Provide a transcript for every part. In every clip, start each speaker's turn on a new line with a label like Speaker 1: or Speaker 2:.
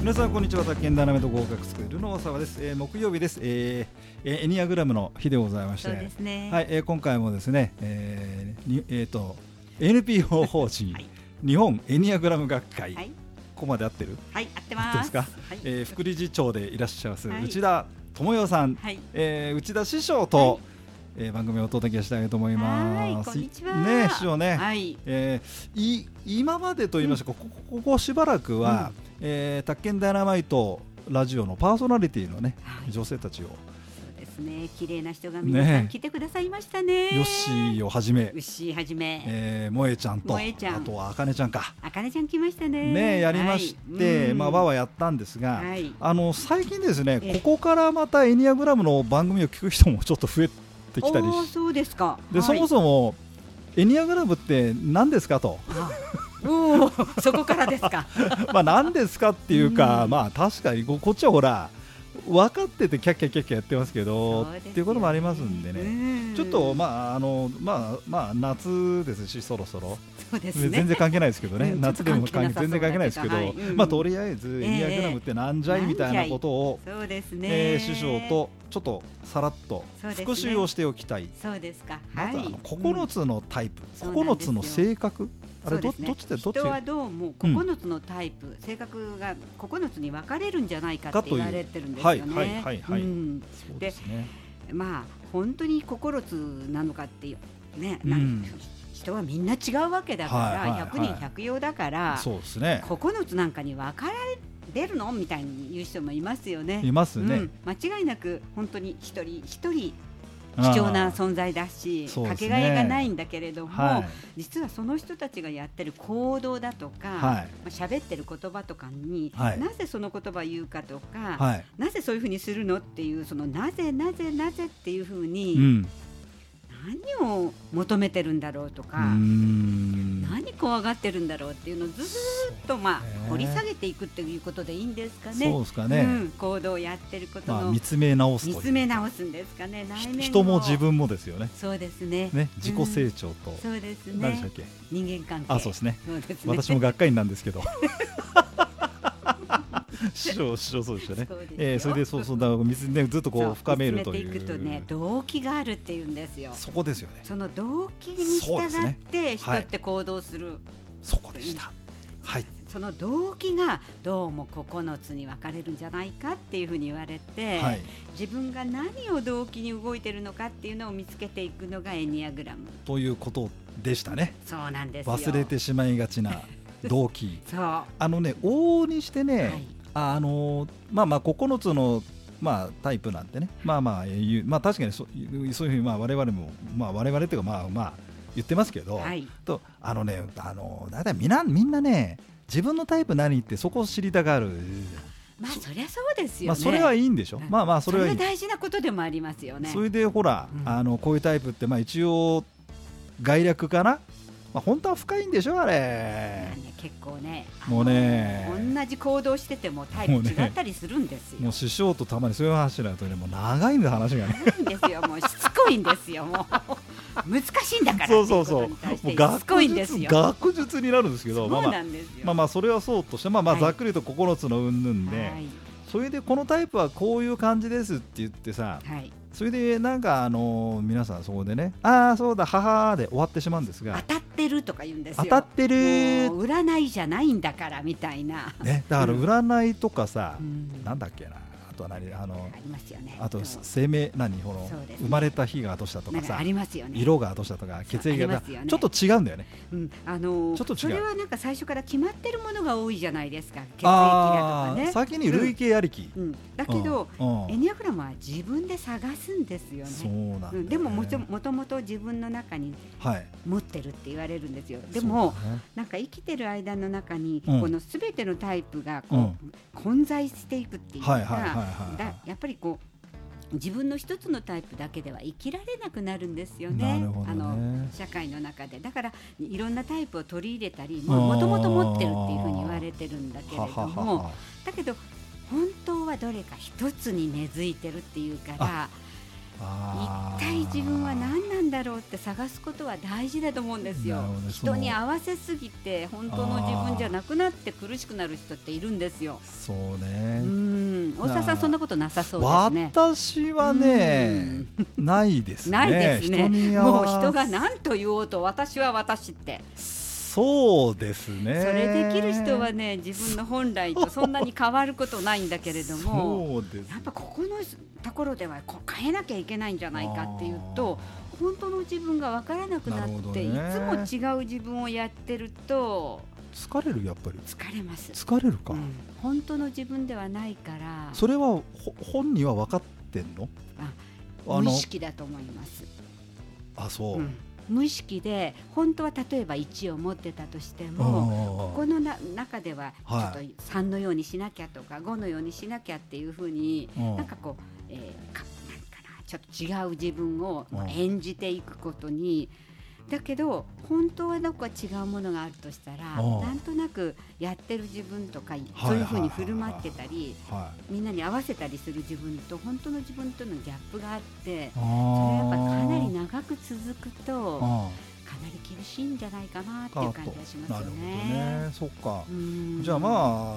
Speaker 1: 皆さんこんにちは宅建ダイナメント合格スクールの大沢です、えー、木曜日です、えーえーエニアグラムの日でございまして
Speaker 2: そうですね
Speaker 1: はい、えー、今回もですねえー、にえー、と NPO 法人、
Speaker 2: はい
Speaker 1: 日本エニアグラム学会、
Speaker 2: はい、
Speaker 1: ここまで合ってる
Speaker 2: はい、合って
Speaker 1: 合って
Speaker 2: ます。
Speaker 1: ますか、
Speaker 2: はい、
Speaker 1: えー副理事長でいらっしゃいます、
Speaker 2: はい
Speaker 1: 内田智代さん、
Speaker 2: はい、
Speaker 1: えー、内田師匠と、
Speaker 2: はい
Speaker 1: えー番組をお届けしたいと思います
Speaker 2: はいこんにちは
Speaker 1: ね師匠ね、
Speaker 2: はい、
Speaker 1: えーい今までと言いましたか、ここここしばらくは、えー宅建ダイナマイトラジオのパーソナリティのね、
Speaker 2: はい
Speaker 1: 女性たちを、
Speaker 2: そうですね、綺麗な人が皆さ
Speaker 1: ね
Speaker 2: ん来てくださいましたね。
Speaker 1: ヨッシーをはじめ、
Speaker 2: 牛はじめ、
Speaker 1: えー、萌えちゃんと
Speaker 2: 萌えちゃん
Speaker 1: あとはあかねちゃんか、
Speaker 2: あかねちゃん来ましたね。
Speaker 1: ね、やりまして、
Speaker 2: はい
Speaker 1: まあ、わ、はやったんですが、
Speaker 2: はい
Speaker 1: あの最近ですね、
Speaker 2: ええ
Speaker 1: ここからまたエニアグラムの番組を聞く人もちょっと増えてきたり
Speaker 2: おー
Speaker 1: し
Speaker 2: そうですか。
Speaker 1: で、そも
Speaker 2: そ
Speaker 1: そもエニアグラムって何ですかと。
Speaker 2: も、おーそこからです か。
Speaker 1: まあ何ですかっていうか、
Speaker 2: うん
Speaker 1: まあ確かにここっちはほら分かっててキャッキャッキャッキャやってますけど
Speaker 2: そうですよね
Speaker 1: っていうこともありますんでね、
Speaker 2: ね
Speaker 1: ちょっとまああのまあまあ夏ですしそろそろ、
Speaker 2: そうですね。
Speaker 1: 全然関係ないですけどね、
Speaker 2: うん
Speaker 1: 夏でも関係
Speaker 2: ちょっと関係なさそう
Speaker 1: 全然関係ないですけど、
Speaker 2: だけどはいうん
Speaker 1: まあとりあえずエニアグラムってなんじゃい、
Speaker 2: ええ
Speaker 1: みたいなことを、
Speaker 2: そうです
Speaker 1: え
Speaker 2: ね。
Speaker 1: ー師匠。とちょっとさらっと
Speaker 2: そうですね
Speaker 1: 復習をしておきたい、
Speaker 2: そうですか。
Speaker 1: ま
Speaker 2: はい。
Speaker 1: ずあの9つのタイプ、
Speaker 2: そうなん
Speaker 1: 9
Speaker 2: です
Speaker 1: つ
Speaker 2: よ
Speaker 1: の性格あれど,、
Speaker 2: そうですね
Speaker 1: どっちでどっち
Speaker 2: 人はどうも9つのタイプ、性格が9つに分かれるんじゃないかって言われてるんですよね。
Speaker 1: かというはいはいはいはい
Speaker 2: うん
Speaker 1: そうですね。
Speaker 2: まあ本当に9つなのかっていうね、
Speaker 1: うん
Speaker 2: なんか人はみんな違うわけだから、
Speaker 1: はいはいはい
Speaker 2: 100人100様だから
Speaker 1: そうですね。
Speaker 2: 9つなんかに分かられるのみたいに言う人もいますよね。
Speaker 1: いますね。
Speaker 2: うん、間違いなく本当に一人一人貴重な存在だし、
Speaker 1: そうですね
Speaker 2: かけがえがないんだけれども、
Speaker 1: はい
Speaker 2: 実はその人たちがやってる行動だとか、
Speaker 1: はい
Speaker 2: まあ喋ってる言葉とかに、
Speaker 1: はい
Speaker 2: なぜその言葉を言うかとか、
Speaker 1: はい、
Speaker 2: なぜそういうふうにするのっていうそのなぜなぜなぜっていうふう
Speaker 1: う
Speaker 2: に
Speaker 1: ん、
Speaker 2: 何を求めてるんだろうと
Speaker 1: うー
Speaker 2: か、
Speaker 1: ん
Speaker 2: 何怖がってるんだろうっていうのをずーっとまあ
Speaker 1: そうね
Speaker 2: 掘り下げていくっていうことでいいんですかね。
Speaker 1: そうですかね。
Speaker 2: うん、行動をやってること
Speaker 1: まあ
Speaker 2: の
Speaker 1: 見つめ直すとい
Speaker 2: 見
Speaker 1: う
Speaker 2: つめ直すんですかね。内
Speaker 1: ひ
Speaker 2: 面を
Speaker 1: 人も自分もですよね。
Speaker 2: そうですね。
Speaker 1: ね、自己成長と、
Speaker 2: そうです
Speaker 1: 何でした
Speaker 2: ね
Speaker 1: っ。け？
Speaker 2: 人間関係。
Speaker 1: あ、そうですね。
Speaker 2: そうですね。
Speaker 1: 私も学会員なんですけど。 師匠師匠そうでしたね
Speaker 2: そうです。よ
Speaker 1: えーそれでそうそうだから水ねずっとこ
Speaker 2: そう
Speaker 1: 深めるとい
Speaker 2: 進めていくと
Speaker 1: う
Speaker 2: ね動機があるっていうんですよ
Speaker 1: そこですよね。
Speaker 2: その動機に従
Speaker 1: そうです
Speaker 2: っ
Speaker 1: ね
Speaker 2: て人
Speaker 1: はい
Speaker 2: って行動するそ,、
Speaker 1: そこでした。はい。
Speaker 2: の動機がどうも9つに分かれるんじゃないかっていうふうに言われて、
Speaker 1: はい。
Speaker 2: 自分が何を動機に動いてるのかっていうのを見つけていくのがエニアグラム
Speaker 1: ということでしたね。
Speaker 2: そうなんですよ
Speaker 1: 忘れてしまいがちな動機。
Speaker 2: そう、は
Speaker 1: あのね、往々にしてね、
Speaker 2: い、
Speaker 1: ああのーまあまあ9つの、まあ、タイプなんてねまあまあ言う、まあ、確かにそそういうふうにまあ我々も、まあ、我々っていうかまあまあ言ってますけど、
Speaker 2: はい、
Speaker 1: とあのねあのだいたいみなみんなね自分のタイプ何ってそこを知りたがる、
Speaker 2: まあそりゃそうですよね、
Speaker 1: まあ、それはいいんでしょ、
Speaker 2: うん
Speaker 1: まあまあそれはいい
Speaker 2: それは大事なことでもありますよね
Speaker 1: それでほら、
Speaker 2: うん
Speaker 1: あのこういうタイプってまあ一応概略かな、まあ、本当は深いんでしょあれ
Speaker 2: なんで結構ね
Speaker 1: もうね
Speaker 2: あの同じ行動しててもタイプ違ったりするんですよ、
Speaker 1: もう師匠とたまにそういう話になるとねもう長いんだ話がね
Speaker 2: いいんですよもうしつこいんですよもう難しいんだから
Speaker 1: そうそうそう
Speaker 2: っていことに対して
Speaker 1: もう
Speaker 2: しつこ
Speaker 1: 学
Speaker 2: いんです
Speaker 1: 術
Speaker 2: よ
Speaker 1: 学術になるんですけ
Speaker 2: そ
Speaker 1: ど
Speaker 2: う
Speaker 1: まあまあ
Speaker 2: なんですよ
Speaker 1: まあまあそれはそうとしてまあまあ
Speaker 2: はい
Speaker 1: ざっくりと9つの云々で、
Speaker 2: はい
Speaker 1: それでこのタイプはこういう感じですって言ってさ
Speaker 2: はい
Speaker 1: それでなんかあのー皆さんそこでねああそうだ母で終わってしまうんですが
Speaker 2: 当たってるとか言うんですよ
Speaker 1: 当たってる
Speaker 2: もう占いじゃないんだからみたいな、
Speaker 1: ねだから
Speaker 2: うん
Speaker 1: 占いとかさ、
Speaker 2: うん
Speaker 1: なんだっけなあとは何あの
Speaker 2: ありますよね
Speaker 1: あと
Speaker 2: そう
Speaker 1: 生命何この
Speaker 2: そうですね
Speaker 1: 生まれた日がどうしたと
Speaker 2: な
Speaker 1: か
Speaker 2: んか
Speaker 1: さ
Speaker 2: ありますよね
Speaker 1: 色がどうしたとか血液
Speaker 2: あり
Speaker 1: が
Speaker 2: ますよね
Speaker 1: ちょっと違うんだよね
Speaker 2: うん、あのー
Speaker 1: ちょっと違う
Speaker 2: それはなんか最初から決まってるものが多いじゃないですか血液だと
Speaker 1: あ
Speaker 2: か
Speaker 1: あ
Speaker 2: ね
Speaker 1: ー先に類型ありき、
Speaker 2: うん、だけど、
Speaker 1: うんうん
Speaker 2: エニアグラムは自分で探すんですよね
Speaker 1: そうなんだよね、
Speaker 2: うんでももちろんもともと自分の中に
Speaker 1: はい
Speaker 2: 持ってるって言われるんですよでも
Speaker 1: そうだね
Speaker 2: なんか生きてる間の中に、
Speaker 1: うん
Speaker 2: このすべてのタイプがこう、混在していくっていうか、
Speaker 1: はいはいはいはい
Speaker 2: だやっぱりこう自分の一つのタイプだけでは生きられなくなるんですよ
Speaker 1: な
Speaker 2: ね
Speaker 1: るほどね
Speaker 2: あの社会の中でだからいろんなタイプを取り入れたり
Speaker 1: あー
Speaker 2: もともと持ってるっていうふうに言われてるんだけれども
Speaker 1: はははは
Speaker 2: だけど本当はどれか一つに根付いてるっていうから
Speaker 1: あー
Speaker 2: 一体自分は何なんだろうって探すことは大事だと思うんですよ
Speaker 1: なるほどその
Speaker 2: 人に合わせすぎて本当の自分じゃなくなって苦しくなる人っているんですよ
Speaker 1: そう
Speaker 2: う
Speaker 1: ね、
Speaker 2: ん大沢さんそんなことなさそうですね
Speaker 1: 私はね、ないですね。
Speaker 2: ないですね
Speaker 1: に合
Speaker 2: もう
Speaker 1: わ
Speaker 2: 人が何と言おうと私は私って
Speaker 1: そうですね。
Speaker 2: それできる人はね自分の本 来とそんなに変わることないんだけれども
Speaker 1: そうです
Speaker 2: やっぱここのところではこう変えなきゃいけないんじゃないかっていうと本当の自分が分からなくな
Speaker 1: なるほ
Speaker 2: っ
Speaker 1: ど
Speaker 2: て
Speaker 1: ね
Speaker 2: いつも違う自分をやってると
Speaker 1: 疲れるやっぱり
Speaker 2: 疲れます、
Speaker 1: 疲れるか、
Speaker 2: うん本当の自分ではないから
Speaker 1: それはほ本人は分かってんの
Speaker 2: あ
Speaker 1: あ
Speaker 2: 無
Speaker 1: の
Speaker 2: 意識だと思います、
Speaker 1: あそう、
Speaker 2: うん無意識で本当は例えば1を持ってたとしても、こ
Speaker 1: も
Speaker 2: このな中ではちょっ
Speaker 1: は
Speaker 2: と
Speaker 1: い
Speaker 2: 3のようにしなきゃとか5のようにしなきゃっていうふうに
Speaker 1: うん
Speaker 2: なんかこう、えー、かなんかなちょっと違う自分を
Speaker 1: うん
Speaker 2: 演じていくことにだけど本当はどこか違うものがあるとしたら
Speaker 1: うん
Speaker 2: なんとなくやってる自分とか
Speaker 1: はい
Speaker 2: そういうふうに振る舞ってたり
Speaker 1: は
Speaker 2: みんなに合わせたりする自分と本当の自分とのギャップがあって
Speaker 1: い、
Speaker 2: それはやっぱ
Speaker 1: あ
Speaker 2: かなり
Speaker 1: な
Speaker 2: 長く続くとかなり厳しいんじゃないかなっていう感じがしま
Speaker 1: な
Speaker 2: す
Speaker 1: るほど
Speaker 2: よね。
Speaker 1: ねそっか、
Speaker 2: うん
Speaker 1: じゃあまあ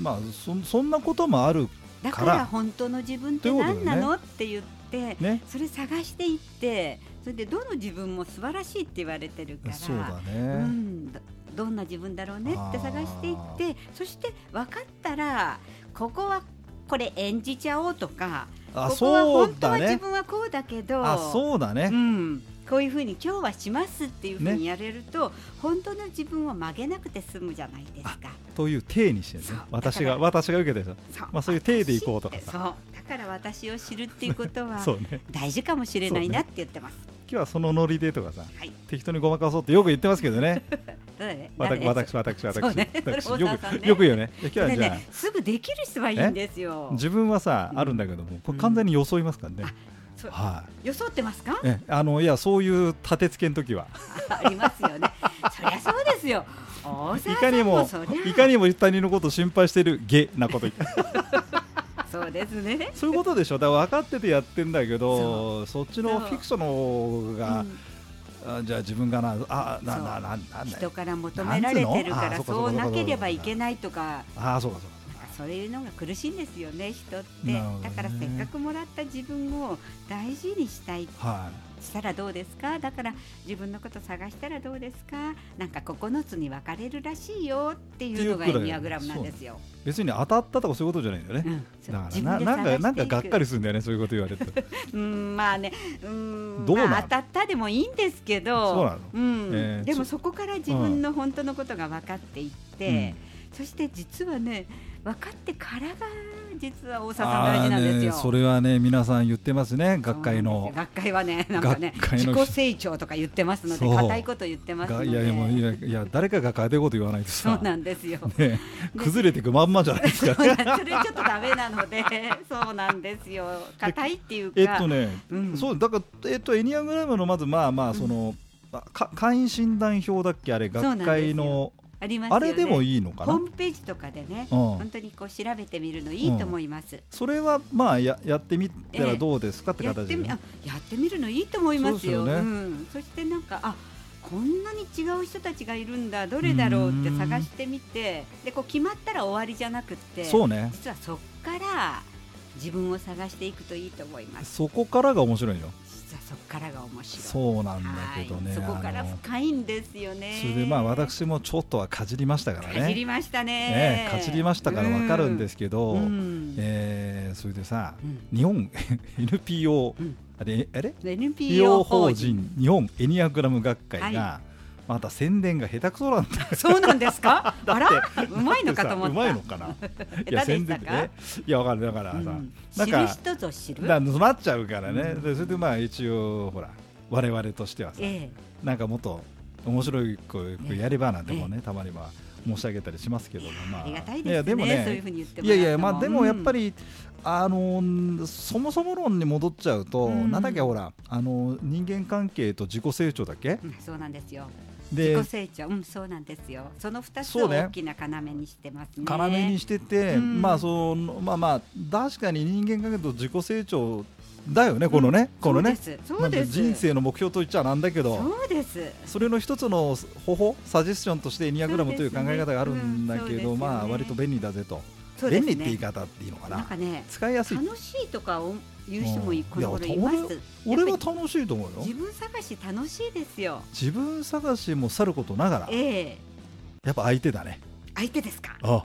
Speaker 1: まあそそんなこともある
Speaker 2: だ
Speaker 1: か
Speaker 2: か
Speaker 1: ら
Speaker 2: ら本当の自分って何なのって言って、
Speaker 1: ね
Speaker 2: それ探していってそれでどの自分も素晴らしいって言われてるから
Speaker 1: そうだ
Speaker 2: う
Speaker 1: ね、
Speaker 2: ん、どどんな自分だろうねって探していってそして分かったらここはこれ演じちゃおうとか
Speaker 1: あ
Speaker 2: ここは
Speaker 1: そう
Speaker 2: 本当
Speaker 1: だ
Speaker 2: は自
Speaker 1: ね
Speaker 2: 分はこうだけど
Speaker 1: あそうだね、
Speaker 2: うん、こういうふうに今日はしますっていうふう
Speaker 1: ね
Speaker 2: にやれると、本当の自分を曲げなくて済むじゃないですか。
Speaker 1: という体にしてるね
Speaker 2: そう
Speaker 1: 私
Speaker 2: だ
Speaker 1: が
Speaker 2: から
Speaker 1: 私が受けてる
Speaker 2: そう
Speaker 1: まあそういう体でいこうとかさ
Speaker 2: そうだから私を知るっていうこと は
Speaker 1: そうね
Speaker 2: 大事かもしれないなって言ってます。
Speaker 1: 今日はそのノリでとかさ
Speaker 2: はい。
Speaker 1: 適当にごまかそうってよく言ってますけどね
Speaker 2: 誰
Speaker 1: わた私私私
Speaker 2: そうね
Speaker 1: 私
Speaker 2: それ
Speaker 1: よ
Speaker 2: 大沢さんね
Speaker 1: くよく言うよねいや今日
Speaker 2: 誰
Speaker 1: は
Speaker 2: で
Speaker 1: じゃあ
Speaker 2: ね、すぐできる人はいいんですよ。
Speaker 1: 自分はさあるんだけどもこれ完全に装いますからね
Speaker 2: うんあそう
Speaker 1: はい
Speaker 2: 装ってますか？
Speaker 1: ええあのいやそういう立て付けの時は
Speaker 2: ありますよね。そりゃそうですよ。大沢
Speaker 1: い
Speaker 2: さ
Speaker 1: か
Speaker 2: ん
Speaker 1: に
Speaker 2: も
Speaker 1: も
Speaker 2: そりゃ
Speaker 1: いかにも他人のことを心配してるゲな こと言って
Speaker 2: そうですね。
Speaker 1: そういうことでしょだから分かっててやってんだけどそっちの
Speaker 2: そう
Speaker 1: フィクションの方が
Speaker 2: うん
Speaker 1: あじゃあ自分がなあな
Speaker 2: そう
Speaker 1: なななんだ
Speaker 2: 人
Speaker 1: よ
Speaker 2: から求められてるか
Speaker 1: なんつうのあ
Speaker 2: ら
Speaker 1: そっか
Speaker 2: そう
Speaker 1: そっか
Speaker 2: なければいけないとか。
Speaker 1: ああそうかそうか
Speaker 2: なんかそういうのが苦しいんですよね人って、
Speaker 1: なるほどね
Speaker 2: だからせっかくもらった自分を大事にしたい
Speaker 1: は
Speaker 2: したらどうですかだから自分のこと探したらどうですかなんか9つに分かれるらしいよっていうのが
Speaker 1: っていうくら
Speaker 2: エ
Speaker 1: い
Speaker 2: ニアグラムなんですよ。
Speaker 1: い別に当たったとかそういうことじゃないんだよ
Speaker 2: う
Speaker 1: ね
Speaker 2: んそう
Speaker 1: だか
Speaker 2: 自
Speaker 1: らな
Speaker 2: 分で
Speaker 1: なんか
Speaker 2: 探していく
Speaker 1: なんかがっかりするんだよねそういうこと言わ れて
Speaker 2: うんまあねうん
Speaker 1: どうなの
Speaker 2: まあ、当たったでもいいんですけど
Speaker 1: そうなの
Speaker 2: うん
Speaker 1: えー
Speaker 2: でもそこから自分の本当のことが分かっていって、そして実はね分かってからが実は大沢さん大事なんですよ。
Speaker 1: あーねそれはね皆さん言ってますね学会
Speaker 2: そう
Speaker 1: の
Speaker 2: なんですよ学会はねなんかね
Speaker 1: 学会
Speaker 2: 自
Speaker 1: の
Speaker 2: 己成長とか言ってますので
Speaker 1: そう
Speaker 2: 硬いこと言ってますの
Speaker 1: が
Speaker 2: で
Speaker 1: いやいやもういやいや誰かが変えてること言わないと
Speaker 2: そ
Speaker 1: さ
Speaker 2: うなんですよ。
Speaker 1: ね崩れていくまんまじゃないです
Speaker 2: そう
Speaker 1: か
Speaker 2: なんそれちょっとダメなのでそうなんですよ硬いっていうか
Speaker 1: えっとね、
Speaker 2: うん
Speaker 1: そうだからえっとエニアグラムのまずまあまあその、あか会員診断票だっけあれ
Speaker 2: そうな
Speaker 1: 学
Speaker 2: んですよ
Speaker 1: 会の
Speaker 2: ありますよ
Speaker 1: あ
Speaker 2: ね
Speaker 1: れでもいいのか
Speaker 2: ホ
Speaker 1: な
Speaker 2: ームページとかでね、
Speaker 1: うん
Speaker 2: 本当にこう調べてみるのいいと思います。
Speaker 1: それはまあややってみたらどうですかって
Speaker 2: やっ
Speaker 1: 形
Speaker 2: て
Speaker 1: で、
Speaker 2: みあやってみるのいいと思います
Speaker 1: そ
Speaker 2: よ。
Speaker 1: うですよね
Speaker 2: ん、そしてなんかあこんなに違う人たちがいるんだどれだろうって探してみてでこう決まったら終わりじゃなくって
Speaker 1: そうね
Speaker 2: 実はそこから自分を探していくといいと思います。
Speaker 1: そこからが面白いよ
Speaker 2: 実はそこからが面白い。
Speaker 1: そうなんだ
Speaker 2: は
Speaker 1: け
Speaker 2: い
Speaker 1: どね、
Speaker 2: そこか
Speaker 1: あ
Speaker 2: ら
Speaker 1: の
Speaker 2: 深いんですよね。
Speaker 1: それでまあ私もちょっとはかじりましたからね
Speaker 2: かじりました
Speaker 1: え
Speaker 2: ね。
Speaker 1: えかじりましたからわかるんですすけど、
Speaker 2: うん
Speaker 1: ええそれでさ
Speaker 2: うん
Speaker 1: 日本 NPO
Speaker 2: うん
Speaker 1: あれあれ
Speaker 2: NPO 法人
Speaker 1: 日本エニアグラム学会が、
Speaker 2: は
Speaker 1: また宣伝が下手くそなんだ。
Speaker 2: そうなんですか
Speaker 1: だ
Speaker 2: あ
Speaker 1: っ
Speaker 2: ら
Speaker 1: て、
Speaker 2: うまいのかと思った。
Speaker 1: うまいのか ない
Speaker 2: 下手で
Speaker 1: 宣
Speaker 2: した
Speaker 1: 伝
Speaker 2: か
Speaker 1: ねいやわかるだからさ、
Speaker 2: うん
Speaker 1: なん
Speaker 2: 知
Speaker 1: か
Speaker 2: る人ぞ知る。
Speaker 1: だ詰まっちゃうからね、
Speaker 2: うん
Speaker 1: でそれでまあ一応ほら我々としてはさ、
Speaker 2: ええ、
Speaker 1: なんかもっと面白いこうやればなんてもね、たまには申し上げたりしますけども、ま
Speaker 2: あ
Speaker 1: あ、
Speaker 2: りがたい
Speaker 1: や
Speaker 2: で
Speaker 1: で
Speaker 2: すね。
Speaker 1: も
Speaker 2: そういう
Speaker 1: ね
Speaker 2: ふうに言って
Speaker 1: い
Speaker 2: も
Speaker 1: や
Speaker 2: ら
Speaker 1: いや、まあ、でもやっぱ
Speaker 2: り、
Speaker 1: り、あのーそもそも論に戻っちゃうと、
Speaker 2: うん
Speaker 1: なんだっけほら、あのー人間関係と自己成長だっけ
Speaker 2: うんそうなんですよ。
Speaker 1: で
Speaker 2: 自己成長、うん、そうなんですよ。その二つ
Speaker 1: そ
Speaker 2: を
Speaker 1: うね
Speaker 2: 大きな要にしてますね。
Speaker 1: 要にしてて、
Speaker 2: うん
Speaker 1: まあそのまあまあ確かに人間関係と自己成長だよねこのね、このね
Speaker 2: そうですそうです
Speaker 1: 人生の目標と言っちゃなんだけど
Speaker 2: そうです
Speaker 1: それの一つの方法サジェスションとしてエニアグラムという考え方があるんだ
Speaker 2: そう
Speaker 1: け
Speaker 2: ですね
Speaker 1: ど、
Speaker 2: うん
Speaker 1: まあ
Speaker 2: そうです
Speaker 1: 割
Speaker 2: よね
Speaker 1: と便利だぜと、
Speaker 2: そうで
Speaker 1: 便
Speaker 2: す
Speaker 1: 利
Speaker 2: ね
Speaker 1: って言い方っていいのかな
Speaker 2: なんかね
Speaker 1: 使いやすい
Speaker 2: 楽しいとかを言う人もいこの頃
Speaker 1: いや
Speaker 2: います
Speaker 1: 俺は楽しいと思うよ
Speaker 2: 自分探し楽しいですよ
Speaker 1: 自分探しもさることながら
Speaker 2: ええ
Speaker 1: やっぱ相手だね
Speaker 2: 相手ですか
Speaker 1: あ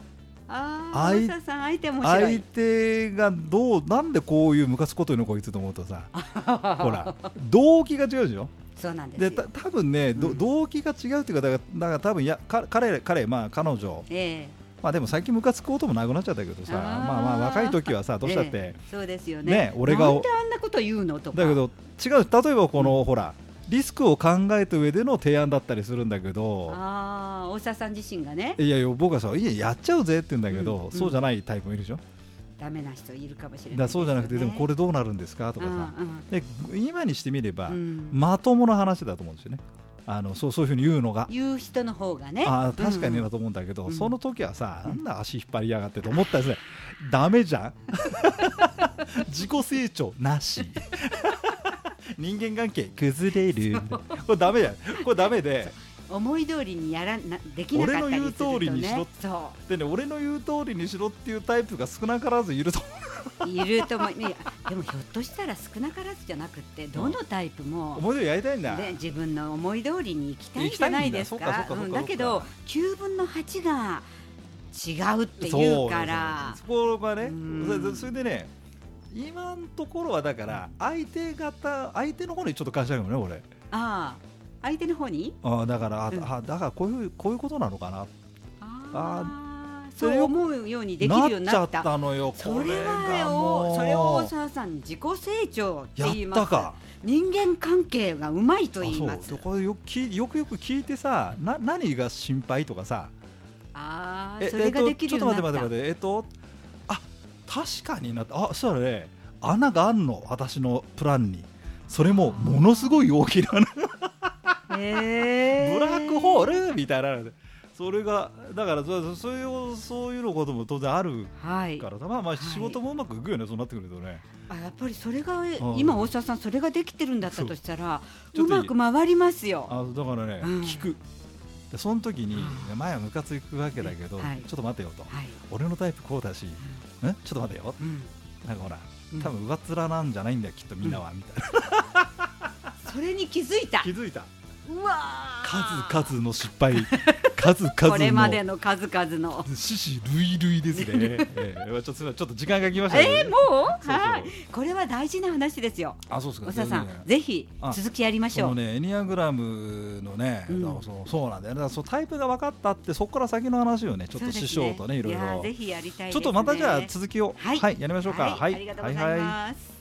Speaker 2: ああ
Speaker 1: 相
Speaker 2: 大沢さん相手面白
Speaker 1: 相
Speaker 2: い
Speaker 1: 手がどうなんでこういうムカつくこと言うのこいつと思うとさ ほら動機が違うでしょ
Speaker 2: そうなんで
Speaker 1: です
Speaker 2: よ
Speaker 1: た多分ね、ど
Speaker 2: うん
Speaker 1: 動機が違うっていうかだからだから多分やか彼彼まあ彼女
Speaker 2: ええ
Speaker 1: まあでも最近ムカつくこともなくなっちゃったけどさ
Speaker 2: あー
Speaker 1: まあまあ若い時はさどうしたって、
Speaker 2: えそうですよね
Speaker 1: ね俺が
Speaker 2: なんであんなこと言うのとか
Speaker 1: だけど違う例えばこの、ほらリスクを考えた上での提案だったりするんだけど
Speaker 2: ああ大沢さん自身がね
Speaker 1: いやいや僕はさいややっちゃうぜって言うんだけ
Speaker 2: うん
Speaker 1: ど、
Speaker 2: うん
Speaker 1: そうじゃないタイプもいるでしょ、
Speaker 2: ダメな人いるかもしれな
Speaker 1: だ
Speaker 2: い
Speaker 1: からそうじゃなくて、でもこ
Speaker 2: れ
Speaker 1: れどうなるんですかと
Speaker 2: と
Speaker 1: かさ、
Speaker 2: うん
Speaker 1: で今にしてみれば、
Speaker 2: うんうん
Speaker 1: まともな話だと思うんですよねあのそうそういうふうに言うのが。
Speaker 2: 言う人の方がね
Speaker 1: あー確かに
Speaker 2: うんう
Speaker 1: だ
Speaker 2: ん
Speaker 1: と思うんだけど、
Speaker 2: うん
Speaker 1: その時はさ、
Speaker 2: うん
Speaker 1: なんだ足引っ張りやがってと思ったらですね、ダメじゃん 自己成長なし 人間関係崩れるこれダメだよこれダメで
Speaker 2: 思い通りにやらなできなかったりすると
Speaker 1: 俺の言
Speaker 2: ね
Speaker 1: う通りにしろ
Speaker 2: そ
Speaker 1: でね俺の言う通りにしろっていうタイプが少なからずいると
Speaker 2: ういると思ういやでもひょっとしたら少なからずじゃなくってどのタイプも
Speaker 1: 思い出やりたいんだ
Speaker 2: で自分の思い通りに行きたいんじゃないです
Speaker 1: 行きたいんだ
Speaker 2: か
Speaker 1: そうかそうかそうか
Speaker 2: うんだけど9分の8が違うっていうから
Speaker 1: そうそうそこがね
Speaker 2: うん
Speaker 1: それそれでね今のところはだから相手方相手の方にちょっと感謝るよね俺
Speaker 2: ああ相手の方に
Speaker 1: あーだから、あ
Speaker 2: うん
Speaker 1: あだからこういうこういうことなのかな
Speaker 2: ああそう思うようにできるようにな
Speaker 1: な
Speaker 2: っ
Speaker 1: っち
Speaker 2: た
Speaker 1: ゃったのよ
Speaker 2: そ
Speaker 1: こ
Speaker 2: れ
Speaker 1: れが
Speaker 2: は
Speaker 1: も
Speaker 2: よ
Speaker 1: う
Speaker 2: それを大沢さん自己成長って
Speaker 1: や
Speaker 2: 言い
Speaker 1: った
Speaker 2: ます
Speaker 1: か
Speaker 2: 人間関係がうまいと言いま
Speaker 1: あ
Speaker 2: す
Speaker 1: そうこれよく聞いよくよく聞いてさな何が心配とかさ
Speaker 2: ああ
Speaker 1: え
Speaker 2: それができるように
Speaker 1: えっと、ちょったと待って
Speaker 2: なっ
Speaker 1: 待って待ってえっとあ確かになったあそうだね穴があんの私のプランにそれもものすごい大きな穴
Speaker 2: へえ
Speaker 1: ブラックホールみたいなのでそれがだからそそういうそういうのことも当然ある
Speaker 2: はい
Speaker 1: からさまあまあ
Speaker 2: い
Speaker 1: 仕事もうまくいくよね、そうなってくるとね
Speaker 2: あやっぱりそれが今大沢さんそれができてるんだったとしたら
Speaker 1: そう
Speaker 2: うまく回りますよ。
Speaker 1: あだからね、
Speaker 2: うん
Speaker 1: 聞くでその時に
Speaker 2: う
Speaker 1: 前はムカつくわけだけど、
Speaker 2: はい
Speaker 1: ちょっと待てよと
Speaker 2: はい。
Speaker 1: 俺のタイプこうだし、ん、ちょっと待てよ
Speaker 2: うん。
Speaker 1: なんかほら
Speaker 2: うん
Speaker 1: 多分上っ面なんじゃないんだよきっとみんなは、みたいな
Speaker 2: それに気づいた
Speaker 1: 気。づいた
Speaker 2: うわー。
Speaker 1: 数々の失敗数々の
Speaker 2: これまでの数々の。
Speaker 1: 獅子類類ですね、 ええちょっとすいませんちょっと時間が来ましたね
Speaker 2: えー、もう
Speaker 1: そうそう
Speaker 2: はい。これは大事な話ですよ。
Speaker 1: あそうですか
Speaker 2: 大沢さ
Speaker 1: いやいや
Speaker 2: ん、ぜひ
Speaker 1: あ
Speaker 2: 続きやりまし
Speaker 1: そ
Speaker 2: ょ
Speaker 1: の
Speaker 2: う。
Speaker 1: ねエニアグラムのね、
Speaker 2: うん
Speaker 1: だからそうそうなんだよねだからそうタイプが分かったってそこから先の話をねちょっと師匠とねいろい
Speaker 2: や
Speaker 1: ろ
Speaker 2: ーぜひやりたいです
Speaker 1: ちょっ
Speaker 2: ね。
Speaker 1: とまたじゃあ続きを、
Speaker 2: はい
Speaker 1: やりましょうか。
Speaker 2: はい。ありがとうござい
Speaker 1: はいはい
Speaker 2: ます。